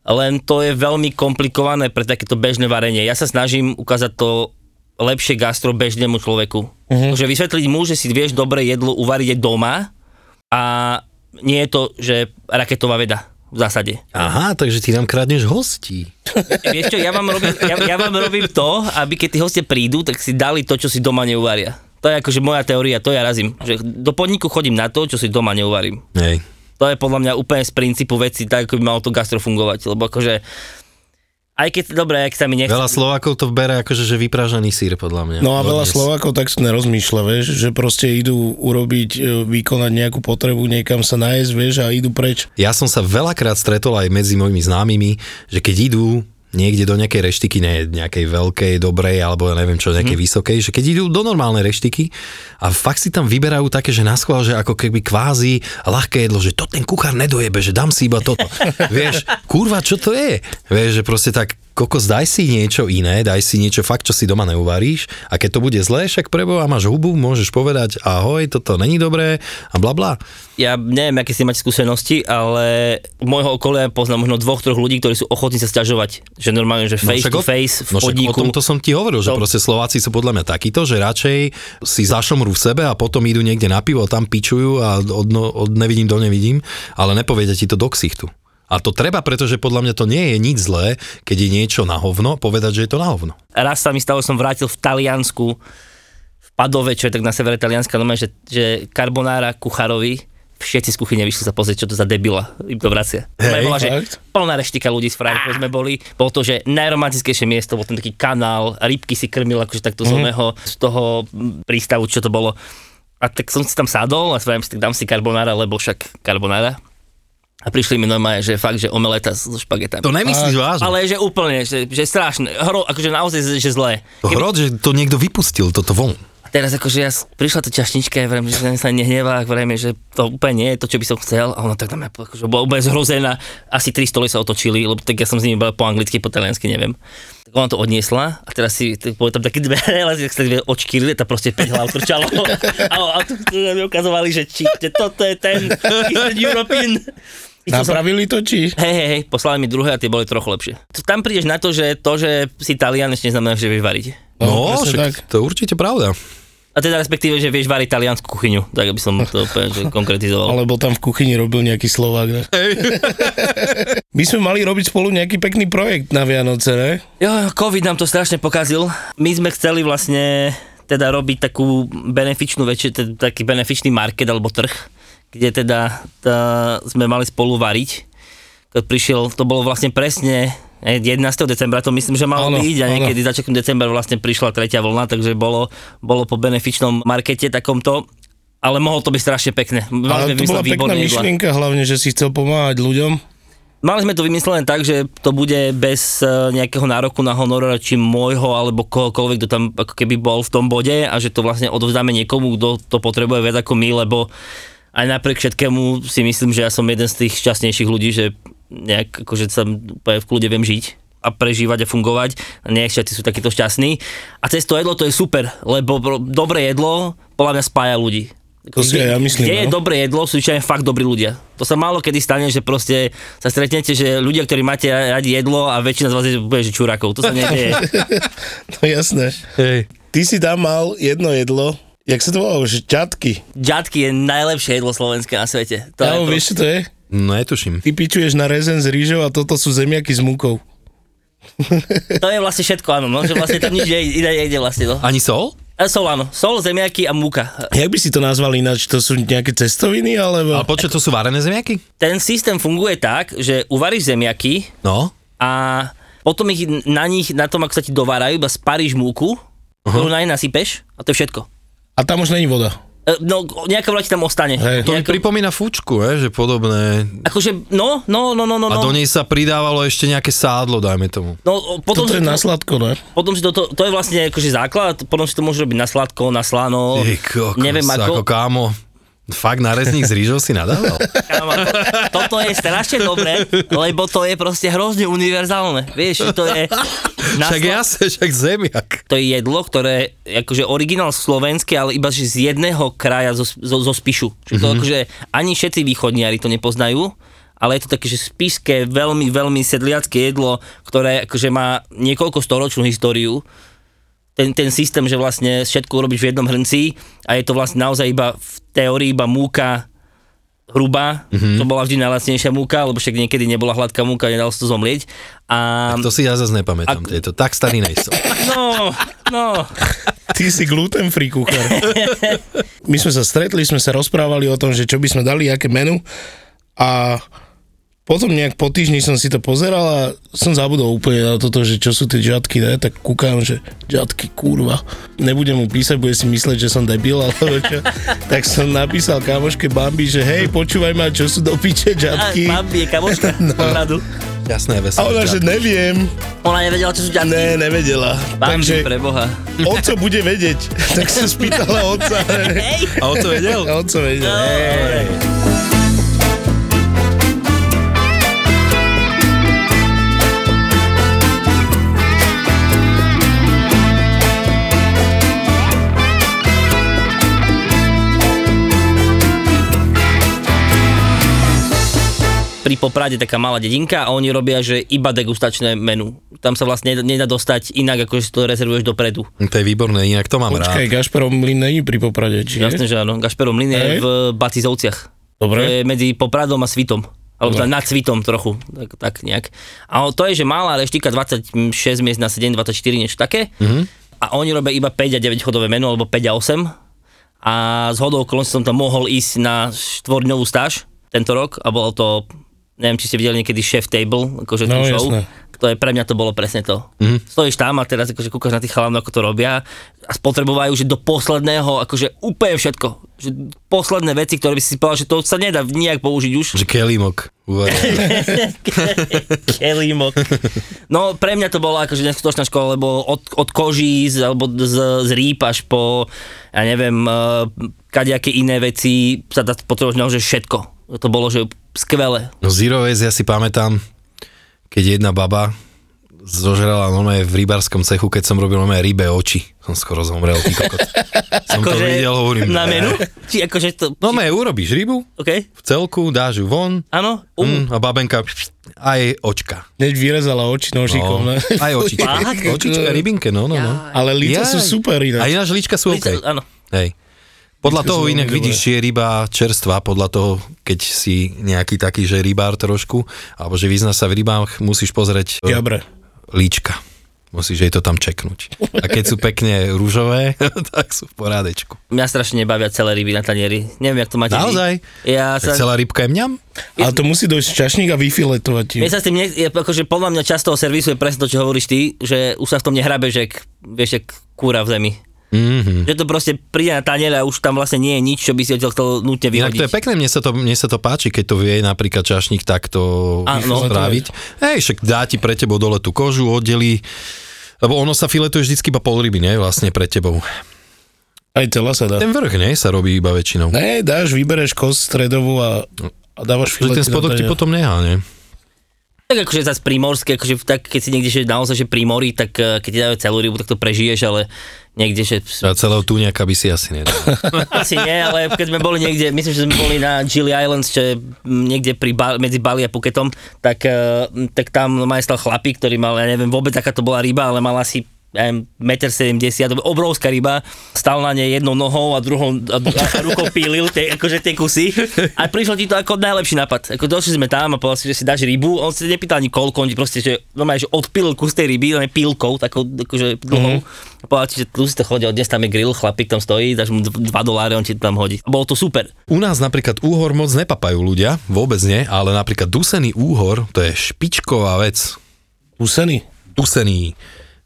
len to je veľmi komplikované pre takéto bežné varenie. Ja sa snažím ukázať to lepšie gastro bežnému človeku. Uh-huh. Že vysvetliť mu, že si vieš dobre jedlo uvariť aj doma a nie je to, že raketová veda v zásade. Aha, takže ty nám kradneš hostí. Vieš čo, ja vám, robím, ja, ja vám robím to, aby keď tí hostia prídu, tak si dali to, čo si doma neuvaria. To je akože moja teória, to ja razím. Že do podniku chodím na to, čo si doma neuvarím. Hej. To je podľa mňa úplne z princípu veci, tak ako by malo to gastro fungovať. Lebo akože, aj keď, dobre, ak sa mi nechce, Veľa Slovákov to bere akože, že vypražený sír, podľa mňa. No a veľa Dodnes. Slovákov tak nerozmýšľa, vieš, že proste idú urobiť, e, vykonať nejakú potrebu, niekam sa nájsť, vieš, a idú preč. Ja som sa veľakrát stretol aj medzi mojimi známymi, že keď idú niekde do nejakej reštiky, ne nejakej veľkej, dobrej, alebo ja neviem čo, nejakej mm. vysokej, že keď idú do normálnej reštiky a fakt si tam vyberajú také, že naschvál, že ako keby kvázi ľahké jedlo, že to ten kuchár nedojebe, že dám si iba toto. Vieš, kurva, čo to je? Vieš, že proste tak kokos, daj si niečo iné, daj si niečo fakt, čo si doma neuvaríš a keď to bude zlé, však preboha, máš hubu, môžeš povedať ahoj, toto není dobré a bla bla. ja neviem, aké si máte skúsenosti, ale v môjho okolia poznám možno dvoch, troch ľudí, ktorí sú ochotní sa stiažovať. Že normálne, že face však to o- face v no však podniku. O tomto som ti hovoril, že To- proste Slováci sú podľa mňa takíto, že radšej si zašomrú v sebe a potom idú niekde na pivo, tam pičujú a od, no- od nevidím do nevidím, ale nepovedia ti to do ksichtu. A to treba, pretože podľa mňa to nie je nič zlé, keď je niečo na hovno, povedať, že je to na hovno. raz sa mi stalo, som vrátil v Taliansku, v Padove, čo je tak na severe Talianska, no že, že karbonára kucharovi, všetci z kuchyne vyšli sa pozrieť, čo to za debila, im to vracia. Hej, Hej, bola, že fakt? plná reštika ľudí z Frankfurtu sme boli, bolo to, že najromantickejšie miesto, bol ten taký kanál, rybky si krmil akože takto z oného, z toho mm, prístavu, čo to bolo. A tak som si tam sadol a spravím si, tak dám si karbonára, lebo však karbonára. A prišli mi normálne, že fakt, že omeleta so špagetami. To nemyslíš vážne. Ale... Ale že úplne, že, že strašné, hro, akože naozaj, že- že zlé. Hrod, že to niekto vypustil, toto von. A teraz akože ja s- prišla tá čašnička, ja vrem, že sa nehnevá, vrem, že to úplne nie je to, čo by som chcel. A ona tak tam akože bola úplne zhrozená. Asi tri stoly sa otočili, lebo tak ja som s nimi bol po anglicky, po taliansky, neviem. Tak ona to odniesla a teraz si, tak boli tam také dvere, ale tak sa dve očkýrili, tá proste 5 hlav trčalo. A, a tu, tu mi ukazovali, že či, že toto je ten Eastern European. Išiel som- Napravili to, či? Hej, hej, hej, poslali mi druhé a tie boli trochu lepšie. Tu- Tam prídeš na to, že to, že si Talian, ešte neznamená, že vieš variť. No, presne tak. však to je určite pravda. A teda respektíve, že vieš variť taliansku kuchyňu, tak aby som to úplne že konkretizoval. Alebo tam v kuchyni robil nejaký Slovák, ne? My sme mali robiť spolu nejaký pekný projekt na Vianoce, ne? Jo, COVID nám to strašne pokazil. My sme chceli vlastne teda robiť takú benefičnú večer, teda taký benefičný market alebo trh, kde teda tá, sme mali spolu variť. Keď prišiel, to bolo vlastne presne eh, 11. decembra, to myslím, že malo Áno, byť a áno. niekedy začiatkom decembra vlastne prišla tretia vlna, takže bolo, bolo po benefičnom markete takomto, ale mohol to byť strašne pekné. Mali sme Ale to bola vymysleť pekná výborné jedlá. myšlienka, hlavne, že si chcel pomáhať ľuďom Mali sme to vymyslené tak, že to bude bez eh, nejakého nároku na honorár, či môjho, alebo kohokoľvek, kto tam ako keby bol v tom bode a že to vlastne odovzdáme niekomu, kto to potrebuje viac ako my, lebo aj napriek všetkému si myslím, že ja som jeden z tých šťastnejších ľudí, že nejak akože sa úplne v kľude viem žiť a prežívať a fungovať. A Nie všetci sú takíto šťastní. A cez to jedlo to je super, lebo bro- dobré jedlo podľa mňa spája ľudí. To si aj ja myslím, Kde je no. dobré jedlo, sú zvyčajne fakt dobrí ľudia. To sa málo kedy stane, že proste sa stretnete, že ľudia, ktorí máte radi jedlo a väčšina z vás je úplne, že čurakov. To sa nedieje. No jasné. Hej. Ty si tam mal jedno jedlo, jak sa to volalo, že ťatky. Ďatky je najlepšie jedlo slovenské na svete. To Ja je ho, proste- vieš, čo to je? No netuším. Ty pičuješ na rezen s rýžou a toto sú zemiaky s múkou. To je vlastne všetko, áno, no, že vlastne tam nič iné nejde vlastne, no. Ani sol? A Sol, áno, sol, zemiaky a múka. Jak by si to nazval ináč? To sú nejaké cestoviny, Ale alebo... počkaj, to sú varené zemiaky? Ten systém funguje tak, že uvaríš zemiaky No. a potom ich na nich, na tom, ako sa ti dovárajú, iba sparíš múku, ktorú na ne nasypeš a to je všetko. A tam už není voda. E, No, nejaká vlak tam ostane. Hej. To mi Nejaká, pripomína fúčku, he, že podobné. akože, no, no, no, no, no. A do no. nej sa pridávalo ešte nejaké sádlo, dajme tomu. No, o, potom, si, Toto je na sladko, ne? potom si to, to, to je vlastne akože základ, potom si to môžu robiť na sladko, na slano, Ty kokos, neviem ako. ako kámo. Fakt na rezník s rýžou si nadával? Kámo, to, toto je strašne dobré, lebo to je proste hrozne univerzálne. Vieš, to je... na však sla- jasne, však zemiak. to je jedlo, ktoré je akože originál slovenské, ale iba že z jedného kraja zo, zo, zo Spišu. Čiže to akože ani všetci východniari to nepoznajú, ale je to také, že spišské, veľmi, veľmi sedliacké jedlo, ktoré akože má niekoľko storočnú históriu. Ten, ten systém, že vlastne všetko urobíš v jednom hrnci a je to vlastne naozaj iba v teórii iba múka hrubá, to bola vždy najlacnejšia múka, lebo však niekedy nebola hladká múka, nedalo sa to zomlieť. A... To si ja zase nepamätám, tieto. Tak starý nejsem. No, no. Ty si gluten free kuchár. My sme sa stretli, sme sa rozprávali o tom, že čo by sme dali, aké menu a potom nejak po týždni som si to pozeral a som zabudol úplne na toto, že čo sú tie džatky, ne? tak kúkam, že džatky, kurva. Nebudem mu písať, bude si myslieť, že som debil, alebo čo. tak som napísal kamoške Bambi, že hej, počúvaj ma, čo sú do piče A džatky. Mám je kamoška no. obradu. Jasné, A ona, že veselé. neviem. Ona nevedela, čo sú ďatky. Ne, nevedela. Mám Takže pre Boha. oco bude vedieť. tak som spýtala otca. Hej! A o to vedel? A Oco vedel. Dobre. pri Poprade taká malá dedinka a oni robia, že iba degustačné menu. Tam sa vlastne nedá- nedá dostať inak, ako že si to rezervuješ dopredu. Hm, To je výborné, inak to mám Počkaj, rád. Gašparov mlyn není pri Poprade, či je? Jasné, že áno. Gašperov mlyn je Hej. v Batizovciach. To Dobre. je medzi Popradom a Svitom. Alebo teda nad Svitom trochu, tak, tak nejak. A o- to je, že malá reštika 26 miest na 7, 24, niečo také. Mhm. A oni robia iba 5 a 9 chodové meno, alebo 5 a 8. A z hodou okolností som tam mohol ísť na štvordňovú stáž tento rok a bolo to, neviem, či ste videli niekedy Chef Table, akože No, tú show. jasné. To je, pre mňa to bolo presne to. Mhm. Stojíš tam a teraz akože kúkaš na tých chalanov, ako to robia a spotrebovajú, že do posledného, akože úplne všetko. Že posledné veci, ktoré by si si povedal, že to sa nedá nijak použiť už. Že kelímok. uvarený. Kelímok. No pre mňa to bola akože neskutočná škola, lebo od, od koží z, alebo z, z rýb až po, ja neviem, uh, kadejaké iné veci sa dá potrebovať naozaj všetko. To bolo, že skvelé. No Zero Waste ja si pamätám, keď jedna baba zožrala normálne v rybárskom cechu, keď som robil normálne rybe oči. Som skoro zomrel, ty kokot. Som to videl, hovorím. Akože Na ne. menu? Či akože to... No me, urobíš rybu OK? v celku, dáš ju von Áno? Um. mm, a babenka aj očka. Hneď vyrezala oči nožikom, No, ne? aj očička. Fakt? Očička, rybinke, no, no, no. Ale líca sú Jaj. super A ináč. ináč líčka sú OK. Áno. Hej. Podľa Líčka toho sú inak veľmi vidíš, či je ryba čerstvá, podľa toho, keď si nejaký taký, že rybár trošku, alebo že vyzna sa v rybách, musíš pozrieť e, Dobre. líčka. Musíš jej to tam čeknúť. A keď sú pekne rúžové, tak sú v porádečku. Mňa strašne nebavia celé ryby na tanieri. Neviem, jak to máte. vy. Naozaj? Ja Tak sa... celá rybka je mňam? Ale to musí dojsť čašník a vyfiletovať ju. Mne sa s tým, ne, je- akože podľa mňa časť toho servisu je presne to, čo hovoríš ty, že už sa v tom nehrabe, že jak- vieš, jak kúra v zemi. Mm-hmm. Že to proste príde na tanier a už tam vlastne nie je nič, čo by si odtiaľ chcel nutne Inak to vyhodiť. je pekné, mne sa, to, mne sa to páči, keď to vie napríklad čašník takto Áno. spraviť. Hej, však dá ti pre tebou dole tú kožu, oddelí, lebo ono sa filetuje vždycky iba pol ryby, nie? Vlastne pre tebou. Aj tela sa dá. Ten vrch, nie? Sa robí iba väčšinou. Ne, dáš, vybereš kost stredovú a, a Že dávaš filet. ten spodok ti potom nehá, nie? Tak akože zase primorské, akože tak, keď si niekde že naozaj že pri mori, tak eh, keď ti dajú celú rybu, tak to prežiješ, ale niekde, že A celého túňaka by si asi nedal. asi nie, ale keď sme boli niekde, myslím, že sme boli na Gili Islands, čo je mm, niekde pri ba- medzi Bali a Phuketom, tak, eh, tak tam normálne stal chlapík, ktorý mal, ja neviem, vôbec aká to bola ryba, ale mal asi ja neviem, 1,70 m, to bola obrovská ryba, stal na nej jednou nohou a druhou a, a rukou pílil tie, akože tie kusy a prišlo ti to ako najlepší nápad. Ako došli sme tam a povedal si, že si dáš rybu, on si nepýtal ani koľko, on ti proste, že normálne, že odpil kus tej ryby, len pílkou, takou akože dlhou. Mhm. Mm-hmm. Povedal ti, že tu si to chodí, od 10 tam je grill, chlapík tam stojí, dáš mu 2 doláre, on ti to tam hodí. Bolo to super. U nás napríklad úhor moc nepapajú ľudia, vôbec nie, ale napríklad dusený úhor, to je špičková vec. Usený. Dusený,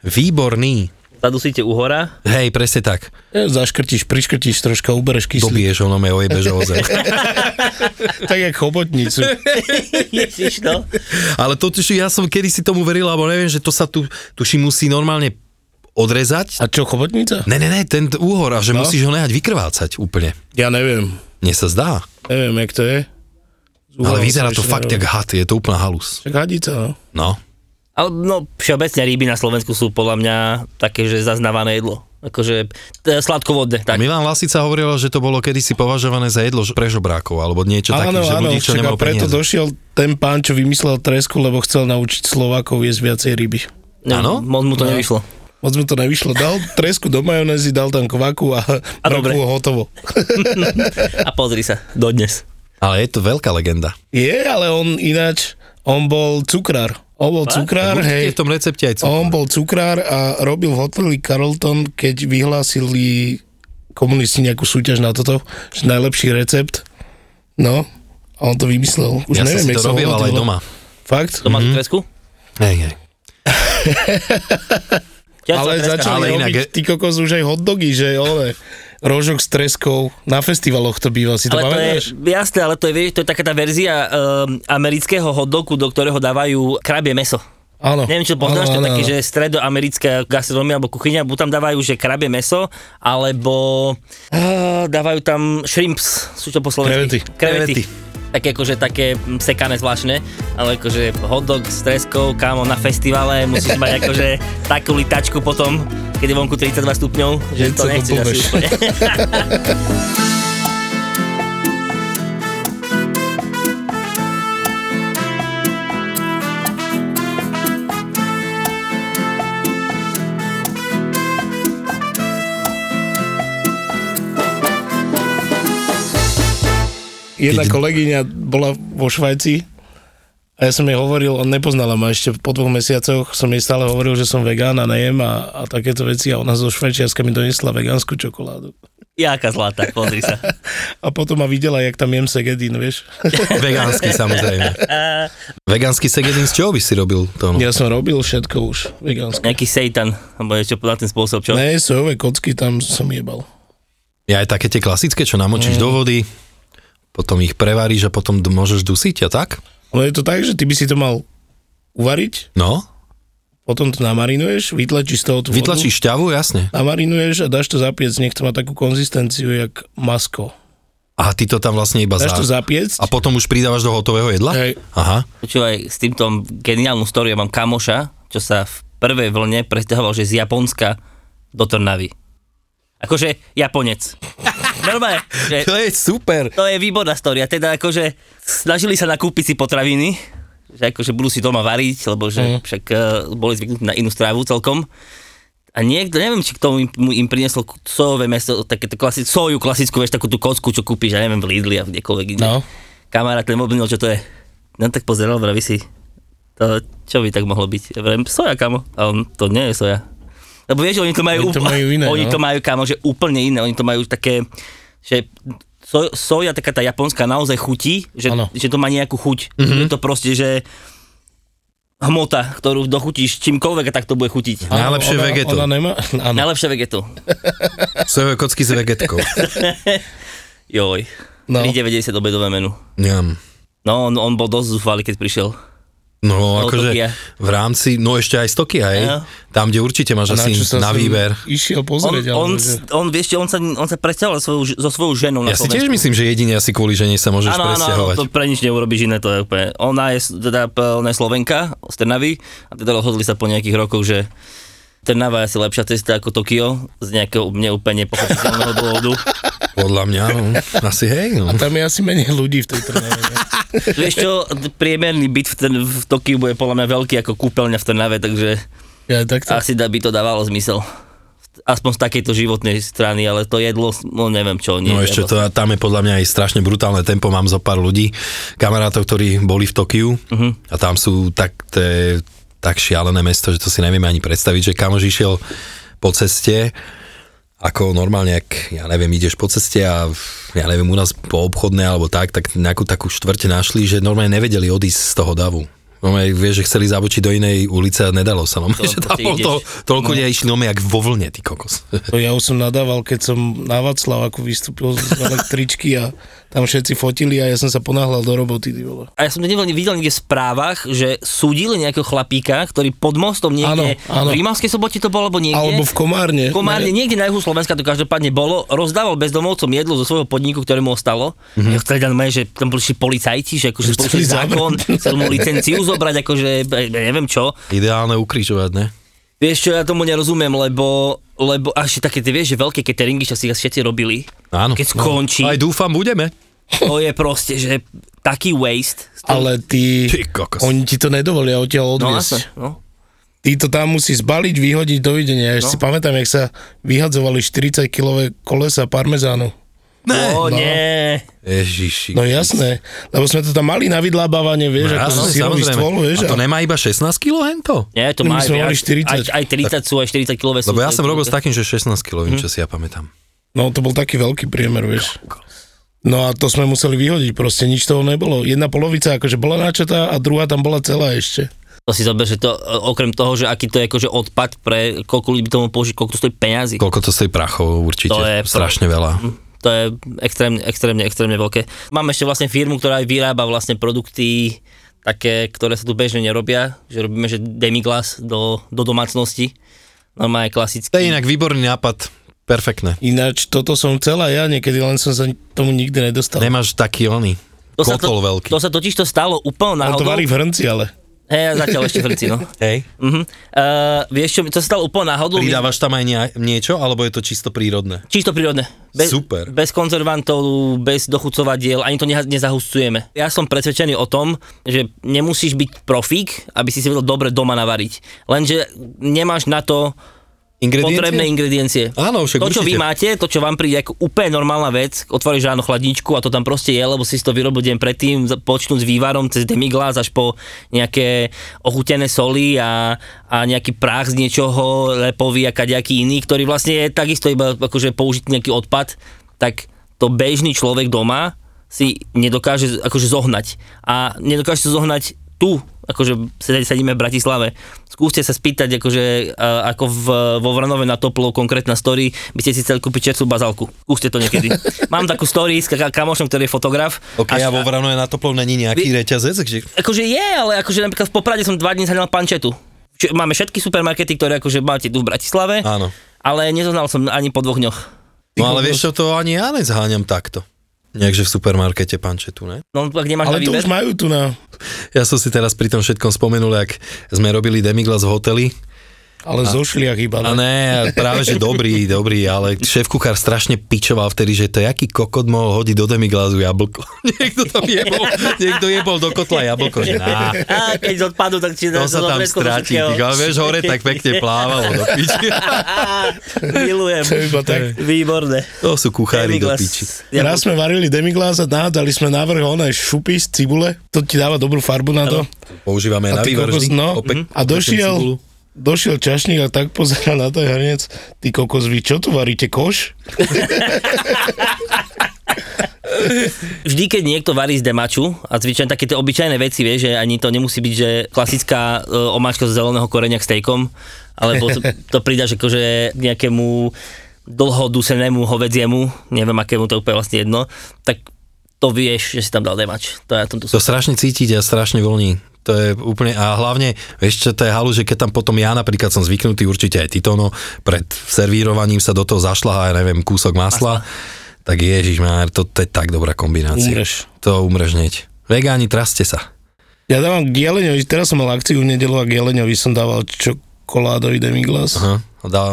výborný. Zadusíte uhora, Hej, presne tak. Ja, zaškrtiš, priškrtiš troška, ubereš kyslík. Dobiješ ono me ojebeš o zem. Tak jak chobotnicu. ježiš no. Ale to tuši, ja som kedy si tomu veril, alebo neviem, že to sa tu, tuším, musí normálne odrezať. A čo, chobotnica? Ne, ne, ne, ten úhor a že No. musíš ho nehať vykrvácať úplne. Ja neviem. Mne sa zdá. Neviem, jak to je. Ale vyzerá to fakt jak had, je to úplná halus. Tak hadica, no. No. Ale no, všeobecne ryby na Slovensku sú podľa mňa také, že zaznávané jedlo. Akože t- sladkovodné, A tak. Milan Lasica hovoril, že to bolo kedysi považované za jedlo ž- pre žobrákov, alebo niečo také, že ľudí, čo však a nemajú preto peniaze. došiel ten pán, čo vymyslel tresku, lebo chcel naučiť Slovákov jesť viacej ryby. No, áno? moc mu to No. nevyšlo. Moc mu to nevyšlo. Dal tresku do majonézy, dal tam kvaku a, a dobre. hotovo. A pozri sa, dodnes. Ale je to veľká legenda. Je, ale on ináč, on bol cukrár. On bol cukrár, Určite je hej. v tom recepte aj cukor. On bol cukrár a robil v hoteli Carlton, keď vyhlásili komunisti nejakú súťaž na toto, že najlepší recept. No, a on to vymyslel. Už Ja som neviem, si jak to sa robil, volá to ale aj volá. doma. Fakt? Mhm. To má mm-hmm. kresku? Hej, hej. Ja Ale som kreska. začali ale ale inak robiť, je- ty kokos, už aj hotdogy, že ole, rožok s treskou, na festivaloch to býva, si to ale to je, pamätáš? jasné, ale to je, vieš, to je taká tá verzia um, amerického hotdogu, do ktorého dávajú krabie meso. Áno. Neviem, čo poznáš, to je také, že stredoamerická gastronomia alebo kuchyňa, buď tam dávajú, že krabie meso, alebo uh, dávajú tam shrimps, sú to po slovensky. Krevety. Krevety. Krevety. Také akože také mm, sekané zvláštne, ale akože hotdog s treskou, kámo, na festivale musíš mať akože takú litačku potom, keď je vonku 32 stupňov, že Keď to sa to nechceš asi blbeš. úplne. Jedna Keď- kolegyňa bola vo Švajci a ja som jej hovoril, on nepoznala ma ešte po dvoch mesiacoch, som jej stále hovoril, že som vegán a nejem a, a takéto veci a ona zo Švajčiarska mi donesla vegánsku čokoládu. Jaká zlatá, pozri sa. A potom ma videla, jak tam jem segedín, vieš. Vegánsky samozrejme. Vegánsky segedin, z čoho by si robil to? No? ja som robil všetko už vegánske. Nejaký seitan, alebo niečo na ten spôsob, No. čo? Ne, sojové kocky tam som jebal. Ja aj také tie klasické, čo namočíš do vody, potom ich prevaríš a potom d- môžeš dusiť a tak? Ale No je to tak, že ty by si to mal uvariť, No, potom to namarinuješ, vytlačíš z toho tú vodu, vytlačíš šťavu, jasne. namarinuješ a dáš to zapiec, nech to má takú konzistenciu, jak masko. A ty to tam vlastne iba Dáš to za... zapiec, A potom už pridávaš do hotového jedla? Hej. Aha. Počúvaj, s týmto geniálnu story, ja mám kamoša, čo sa v prvej vlne presťahoval, že z Japonska do Trnavy. Akože Japonec. Normálne, že To je super. to je výborná storia. Teda akože snažili sa nakúpiť si potraviny, že akože budú si doma variť, lebo že však uh, boli zvyknutí na inú strávu celkom. A niekto, neviem, či k tomu im, mu im priniesol ku- sojové meso, takéto klasi- soju klasickú, vieš, takú tú kocku, čo kúpiš, ja neviem, v Lidli a kdekoľvek inde. No. Kamarát ten obvinil, čo to je. No tak pozeral, vraví si, to čo by tak mohlo byť? Ja vrem, soja, kamo. A on, to nie je soja. Lebo vieš, oni to majú, Oni to úpl- majú iné, oni no. to majú, kamo, že úplne iné. Oni to majú také, že so, soja, taká tá japonská, naozaj chutí, že, Áno. Mhm. že to má nejakú chuť. Mm-hmm. Je to proste, že hmota, ktorú dochutíš čímkoľvek a tak to bude chutiť. A- Najlepšie ona, vegeto. Ona nemá, áno, Najlepšie vegetu. Sojové kocky s vegetkou. Joj. No. 3,90 obedové menu. Ňam. No, on, on bol dosť zúfalý, keď prišiel. No akože Tokia. v rámci, no ešte aj stoky, hej? Áno. Tam, kde určite máš na asi čo sa na som výber. On, Išiel pozrieť, on, ale s- že... on, vieš čo, on sa, on sa presťahoval svoju, ž- so svojou ženou na Ja si Slovensku. tiež myslím, že jedine asi kvôli žene sa môžeš Áno, áno, áno, presťahovať. to pre nič neurobiš iné, to je úplne. Ona je s- teda, p- ona je Slovenka z Trnavy a teda rozhodli sa po nejakých rokoch, že Trnava je asi lepšia cesta ako Tokio z nejakého mne úplne nepochopiteľného dôvodu. Podľa mňa, no, asi hej. No. Tam je asi menej ľudí v tej Trnave. ne? Vieš čo, priemerný byt v, ten, v Tokiu bude podľa mňa veľký ako kúpeľňa v Trnave, takže Ja aj takto. asi da, by to dávalo zmysel. Aspoň z takejto životnej strany, ale to jedlo, no neviem čo. Nie, No ešte to... to, tam je podľa mňa aj strašne brutálne tempo, mám zo pár ľudí, kamarátov, ktorí boli v Tokiu Mhm. uh-huh. a tam sú tak, to je, tak šialené mesto, že to si nevieme ani predstaviť, že kamož išiel po ceste, ako normálne, ak, ja neviem, ideš po ceste a ja neviem, u nás po obchodné alebo tak, tak nejakú takú štvrte našli, že normálne nevedeli odísť z toho davu. Normálne, vieš, že chceli zabočiť do inej ulice a nedalo sa. No, To že tam proste bolo ideš. No. to, toľko ľudí a išli normálne jak vo vlne, ty kokos. To ja už som nadával, keď som na Václavaku vystúpil z električky a tam všetci fotili a ja som sa ponáhľal do roboty, ty vole. A ja som to nevidel, videl niekde v správach, že súdili nejakého chlapíka, ktorý pod mostom niekde, Áno, áno. v Rímavskej sobote to bolo, alebo niekde. Alebo v Komárne. Komárne, niekde na juhu Slovenska to každopádne bolo, rozdával bezdomovcom jedlo zo svojho podniku, ktoré mu ostalo. Mm-hmm. Ja chcel dať normálne, že tam prišli policajti, že akože porušili Mhm. zabrať. zákon, chcel mu licenciu zobrať, akože ja neviem čo. Ideálne ukrižovať, ne? Vieš čo, ja tomu nerozumiem, lebo, lebo až také, ty vieš, že veľké cateringy, čo si všetci robili, Áno. No. keď skončí, Aj dúfam, budeme. to je proste, že taký waste. Ale ty, Ty kokos. oni ti to nedovolia odtiaľ No, odviesť. jasné, no. ty to tam musí zbaliť, vyhodiť, dovidenia. Ja no. si pamätám, jak sa vyhadzovali 40-kilové kolesa parmezánu. Ne, o, nie. Ježiši. No jasné, lebo sme to tam mali na vydlábavanie, vieš, no, ako Jasné, sírový samozrejme. stôl, vieš. a to nemá iba 16 kg hento? Nie, to má My aj sme mali viac. 40. Aj, aj 30 sú, aj 40 kilové sú. Lebo ja To je som robil s kľúke. takým, že 16 kg, Mhm. čo si ja pamätám. No to bol taký veľký priemer, vieš. No a to sme museli vyhodiť, proste nič toho nebolo. Jedna polovica akože bola načatá a druhá tam bola celá ešte. To si zober, že to e, okrem toho, že aký to je akože odpad pre koľko ľudí by to mohlo použiť, koľko to stojí peniazy. Koľko to stojí prachov určite? To je Mhm. strašne veľa. To je extrémne, extrémne, extrémne veľké. Mám ešte vlastne firmu, ktorá aj vyrába vlastne produkty také, ktoré sa tu bežne nerobia, že robíme, že demiglas do, do domácnosti. Normálne klasický. To je inak výborný nápad, perfektné. Ináč toto som chcela ja, niekedy len som sa tomu nikdy nedostal. Nemáš taký oný, To sa, kotol veľký. to sa totiž to stalo úplne On to náhodou. varí v hrnci, ale. Hej, zatiaľ ešte v hrci, no. Hej. Uh-huh. Uh, vieš čo, to sa stalo úplne náhodou. My- Pridávaš tam aj nie- niečo, alebo je to čisto prírodné? Čisto prírodné. Bez, Super. Bez konzervantov, bez dochucovadiel, ani to neha- nezahuscujeme. Ja som presvedčený o tom, že nemusíš byť profík, aby si si vedel dobre doma navariť. Lenže nemáš na to Ingrediencie? potrebné ingrediencie. Áno, však to, čo vy určite. máte, to, čo vám príde ako úplne normálna vec, otvoríš ráno chladničku a to tam proste je, lebo si si to vyrobil deň predtým, za- počnúť s vývarom cez demiglas až po nejaké ochutené soli a, a nejaký prach z niečoho, lepový a kadejaký iný, ktorý vlastne je takisto iba akože použiť nejaký odpad, tak to bežný človek doma si nedokáže akože zohnať. A nedokáže to zohnať tu, akože sed- sedíme v Bratislave. Skúste sa spýtať, akože, e, ako v, vo Vranove na Toplov konkrétna story, by ste si chceli kúpiť čerstvú bazálku. Skúste to niekedy. Mám takú story s ka- kamošom, ktorý je fotograf. Ok, Až- a vo Vranove na Toplov není nejaký reťazec, kde... Akože je, ale akože napríklad v Poprade som dva dní zhľadal pančetu. Čiže máme všetky supermarkety, ktoré akože máte tu v Bratislave, Áno. ale nezoznal som ani po dvoch dňoch. No ale vieš čo, to ani ja nezháňam takto. Nejakže v supermarkete pančetu, ne? No ak nemáš na Ale to výber. už majú tu na... Ja som si teraz pri tom všetkom spomenul, ak sme robili Demiglas v hoteli. Ale zošlia chyba. A no. ne? ne, práve že dobrý, dobrý, ale šéf kuchár strašne pičoval vtedy, že to jaký kokot mohol hodiť do Demiglasu jablko. niekto tam jebol, niekto jebol do kotla jablko, že á, A keď odpadnú, tak ti to dáš sa do tam vrecko zo stráti. všetkého. ty, Ale vieš, hore tak pekne plávalo do piči. Á, Milujem. To je iba tak. Výborné. To sú kuchári do Demiglas. piči. Ja- Raz sme varili demiglas a nahádzali sme návrh oné šupy z cibule, to ti dáva dobrú farbu na to. Používame A na ty vývar kokos, vždy. no. Opek- A došiel, došiel čašník a tak pozeral na ten hrniec, ty kokos, vy čo tu varíte, koš? Vždy, keď niekto varí z demaču a zvyčajne také tie obyčajné veci, vie, že ani to nemusí byť, že klasická e, omáčka z zeleného koreňa k stejkom, alebo to, to pridáš akože nejakému dlhodusenému hovedziemu, neviem akému to je úplne vlastne jedno, tak to vieš, že si tam dal demač. To ja tomto To strašne cítiť a strašne voľní. To je úplne, a hlavne, vieš čo, to je halu, že keď tam potom ja napríklad som zvyknutý, určite aj ty to, no, pred servírovaním sa do toho zašla, ja neviem, kúsok masla, tak ježiš, to, to je tak dobrá kombinácia. Umreš. To umreš hneď. Vegáni, traste sa. Ja dávam k jeleňovi, teraz som mal akciu v nedelu a k jeleňovi som dával čokoládový demiglas Aha, No, a dá,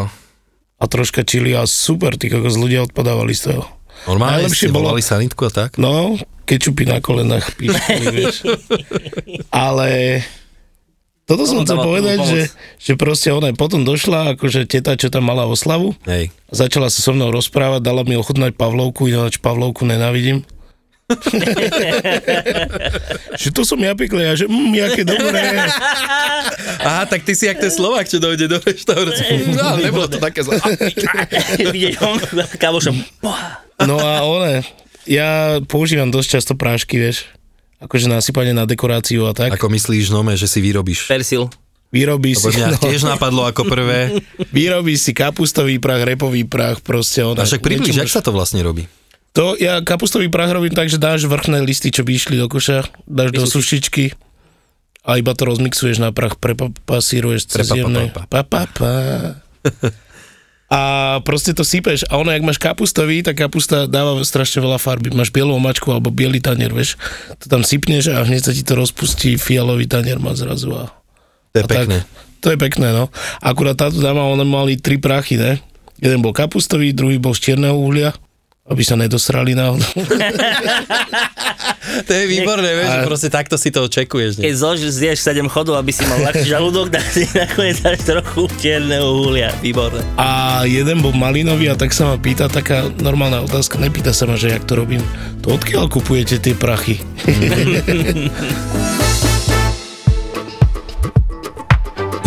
a troška čili a super, ty kokos, ľudia odpadávali z toho. normálne ste Najlepšie bolo- volali sanitku a tak? No, kečupy na kolenách píškali, vieš. Ale toto som chcel dáva plnú povedať, pomoc. že, že proste ona potom došla, akože teta, čo tam mala oslavu, Hej. začala sa so mnou rozprávať, dala mi ochutnať Pavlovku, ináč Pavlovku nenávidím. že to som ja pekle, ja že mm, jaké dobré. Aha, tak ty si jak ten Slovak, čo dojde do reštaurácie. No, ale nebolo to také zlé. vidieť on, kamošom. boha. No a one, ja používam dosť často prášky, vieš. Akože nasypanie na dekoráciu a tak. Ako myslíš, nome, že si vyrobíš? Persil. Vyrobí si, Lebo mňa no, tiež napadlo ako prvé. vyrobí si kapustový prach, repový prach, proste one. A však približ, Niečo jak sa to vlastne robí? máš- To ja kapustový prach robím tak, že dáš vrchné listy, čo by išli do koša, dáš do sušičky a iba to rozmixuješ na prach, prepapasíruješ cez Prepa- jemné. pa- Pa, pa, pa. A proste to sypeš a ono, jak máš kapustový, tak kapusta dáva strašne veľa farby. Máš bielú omačku alebo biely tanier, vieš. To tam sypneš a hneď sa ti to rozpustí, fialový tanier má zrazu a To je pekné. Tak, to je pekné, no. Akurát táto dáma, ona mali tri prachy, ne? Jeden bol kapustový, druhý bol z čierneho uhlia, aby sa nedosrali náhodou. To je výborné, vieš, že proste takto si to očekuješ. Keď zlož, zješ 7 chodov, aby si mal ľahší žalúdok, tak si nakoniec dáš trochu čierneho uhlia. Výborné. A jeden bol malinový a tak sa ma pýta taká normálna otázka, nepýta sa ma, že jak to robím. To odkiaľ kupujete tie prachy?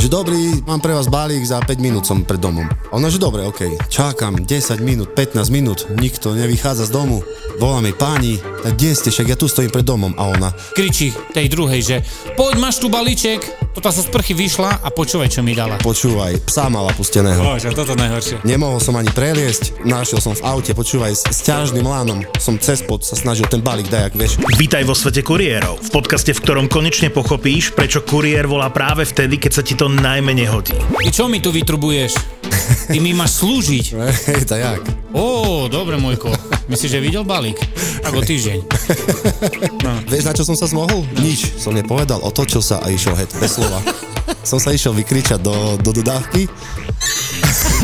Že dobrý, mám pre vás balík, za 5 minút som pred domom. A ona, že dobre, okej, čakám 10 minút, 15 minút, nikto nevychádza z domu. Volá mi páni, tak kde ste, však ja tu stojím pred domom. A ona, kričí tej druhej, že poď, máš tu balíček, toto zo sprchy vyšla a počúvaj, čo mi dala. počúvaj, psa mala pusteného. Bože, No, toto najhoršie. Nemohol som ani preliesť, našiel som v aute, počúvaj, s, s ťažným lánom som cez pod sa snažil ten balík dajak, vieš. Vítaj vo svete kuriérov, v podcaste, v ktorom konečne pochopíš, prečo kuriér volá práve vtedy, keď sa ti to najmenej hodí. Ty čo mi tu vytrubuješ? Ty mi máš slúžiť. Hej, tak jak? Ó, dobre, môjko. Myslíš, že videl balík? Tak o týždeň. Vieš, na čo som sa zmohol? Nič. Som nepovedal, otočil sa a išiel het, bez slova. som sa išiel vykričať do, do dodávky,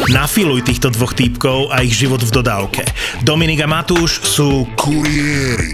Nafiluj týchto dvoch týpkov a ich život v dodávke. Dominik a Matúš sú kuriéri.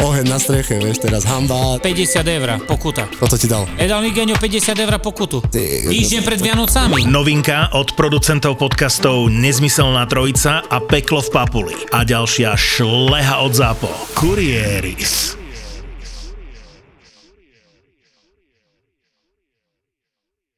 oheň na streche, vieš, teraz hamba, 50 eur pokuta. toto ti dal. Edal mi Genio 50 eur pokutu. Ty- Týždeň pred Vianocami. Novinka od producentov podcastov Nezmyselná trojica a Peklo v papuli. A ďalšia šleha od zápo. Kurieris.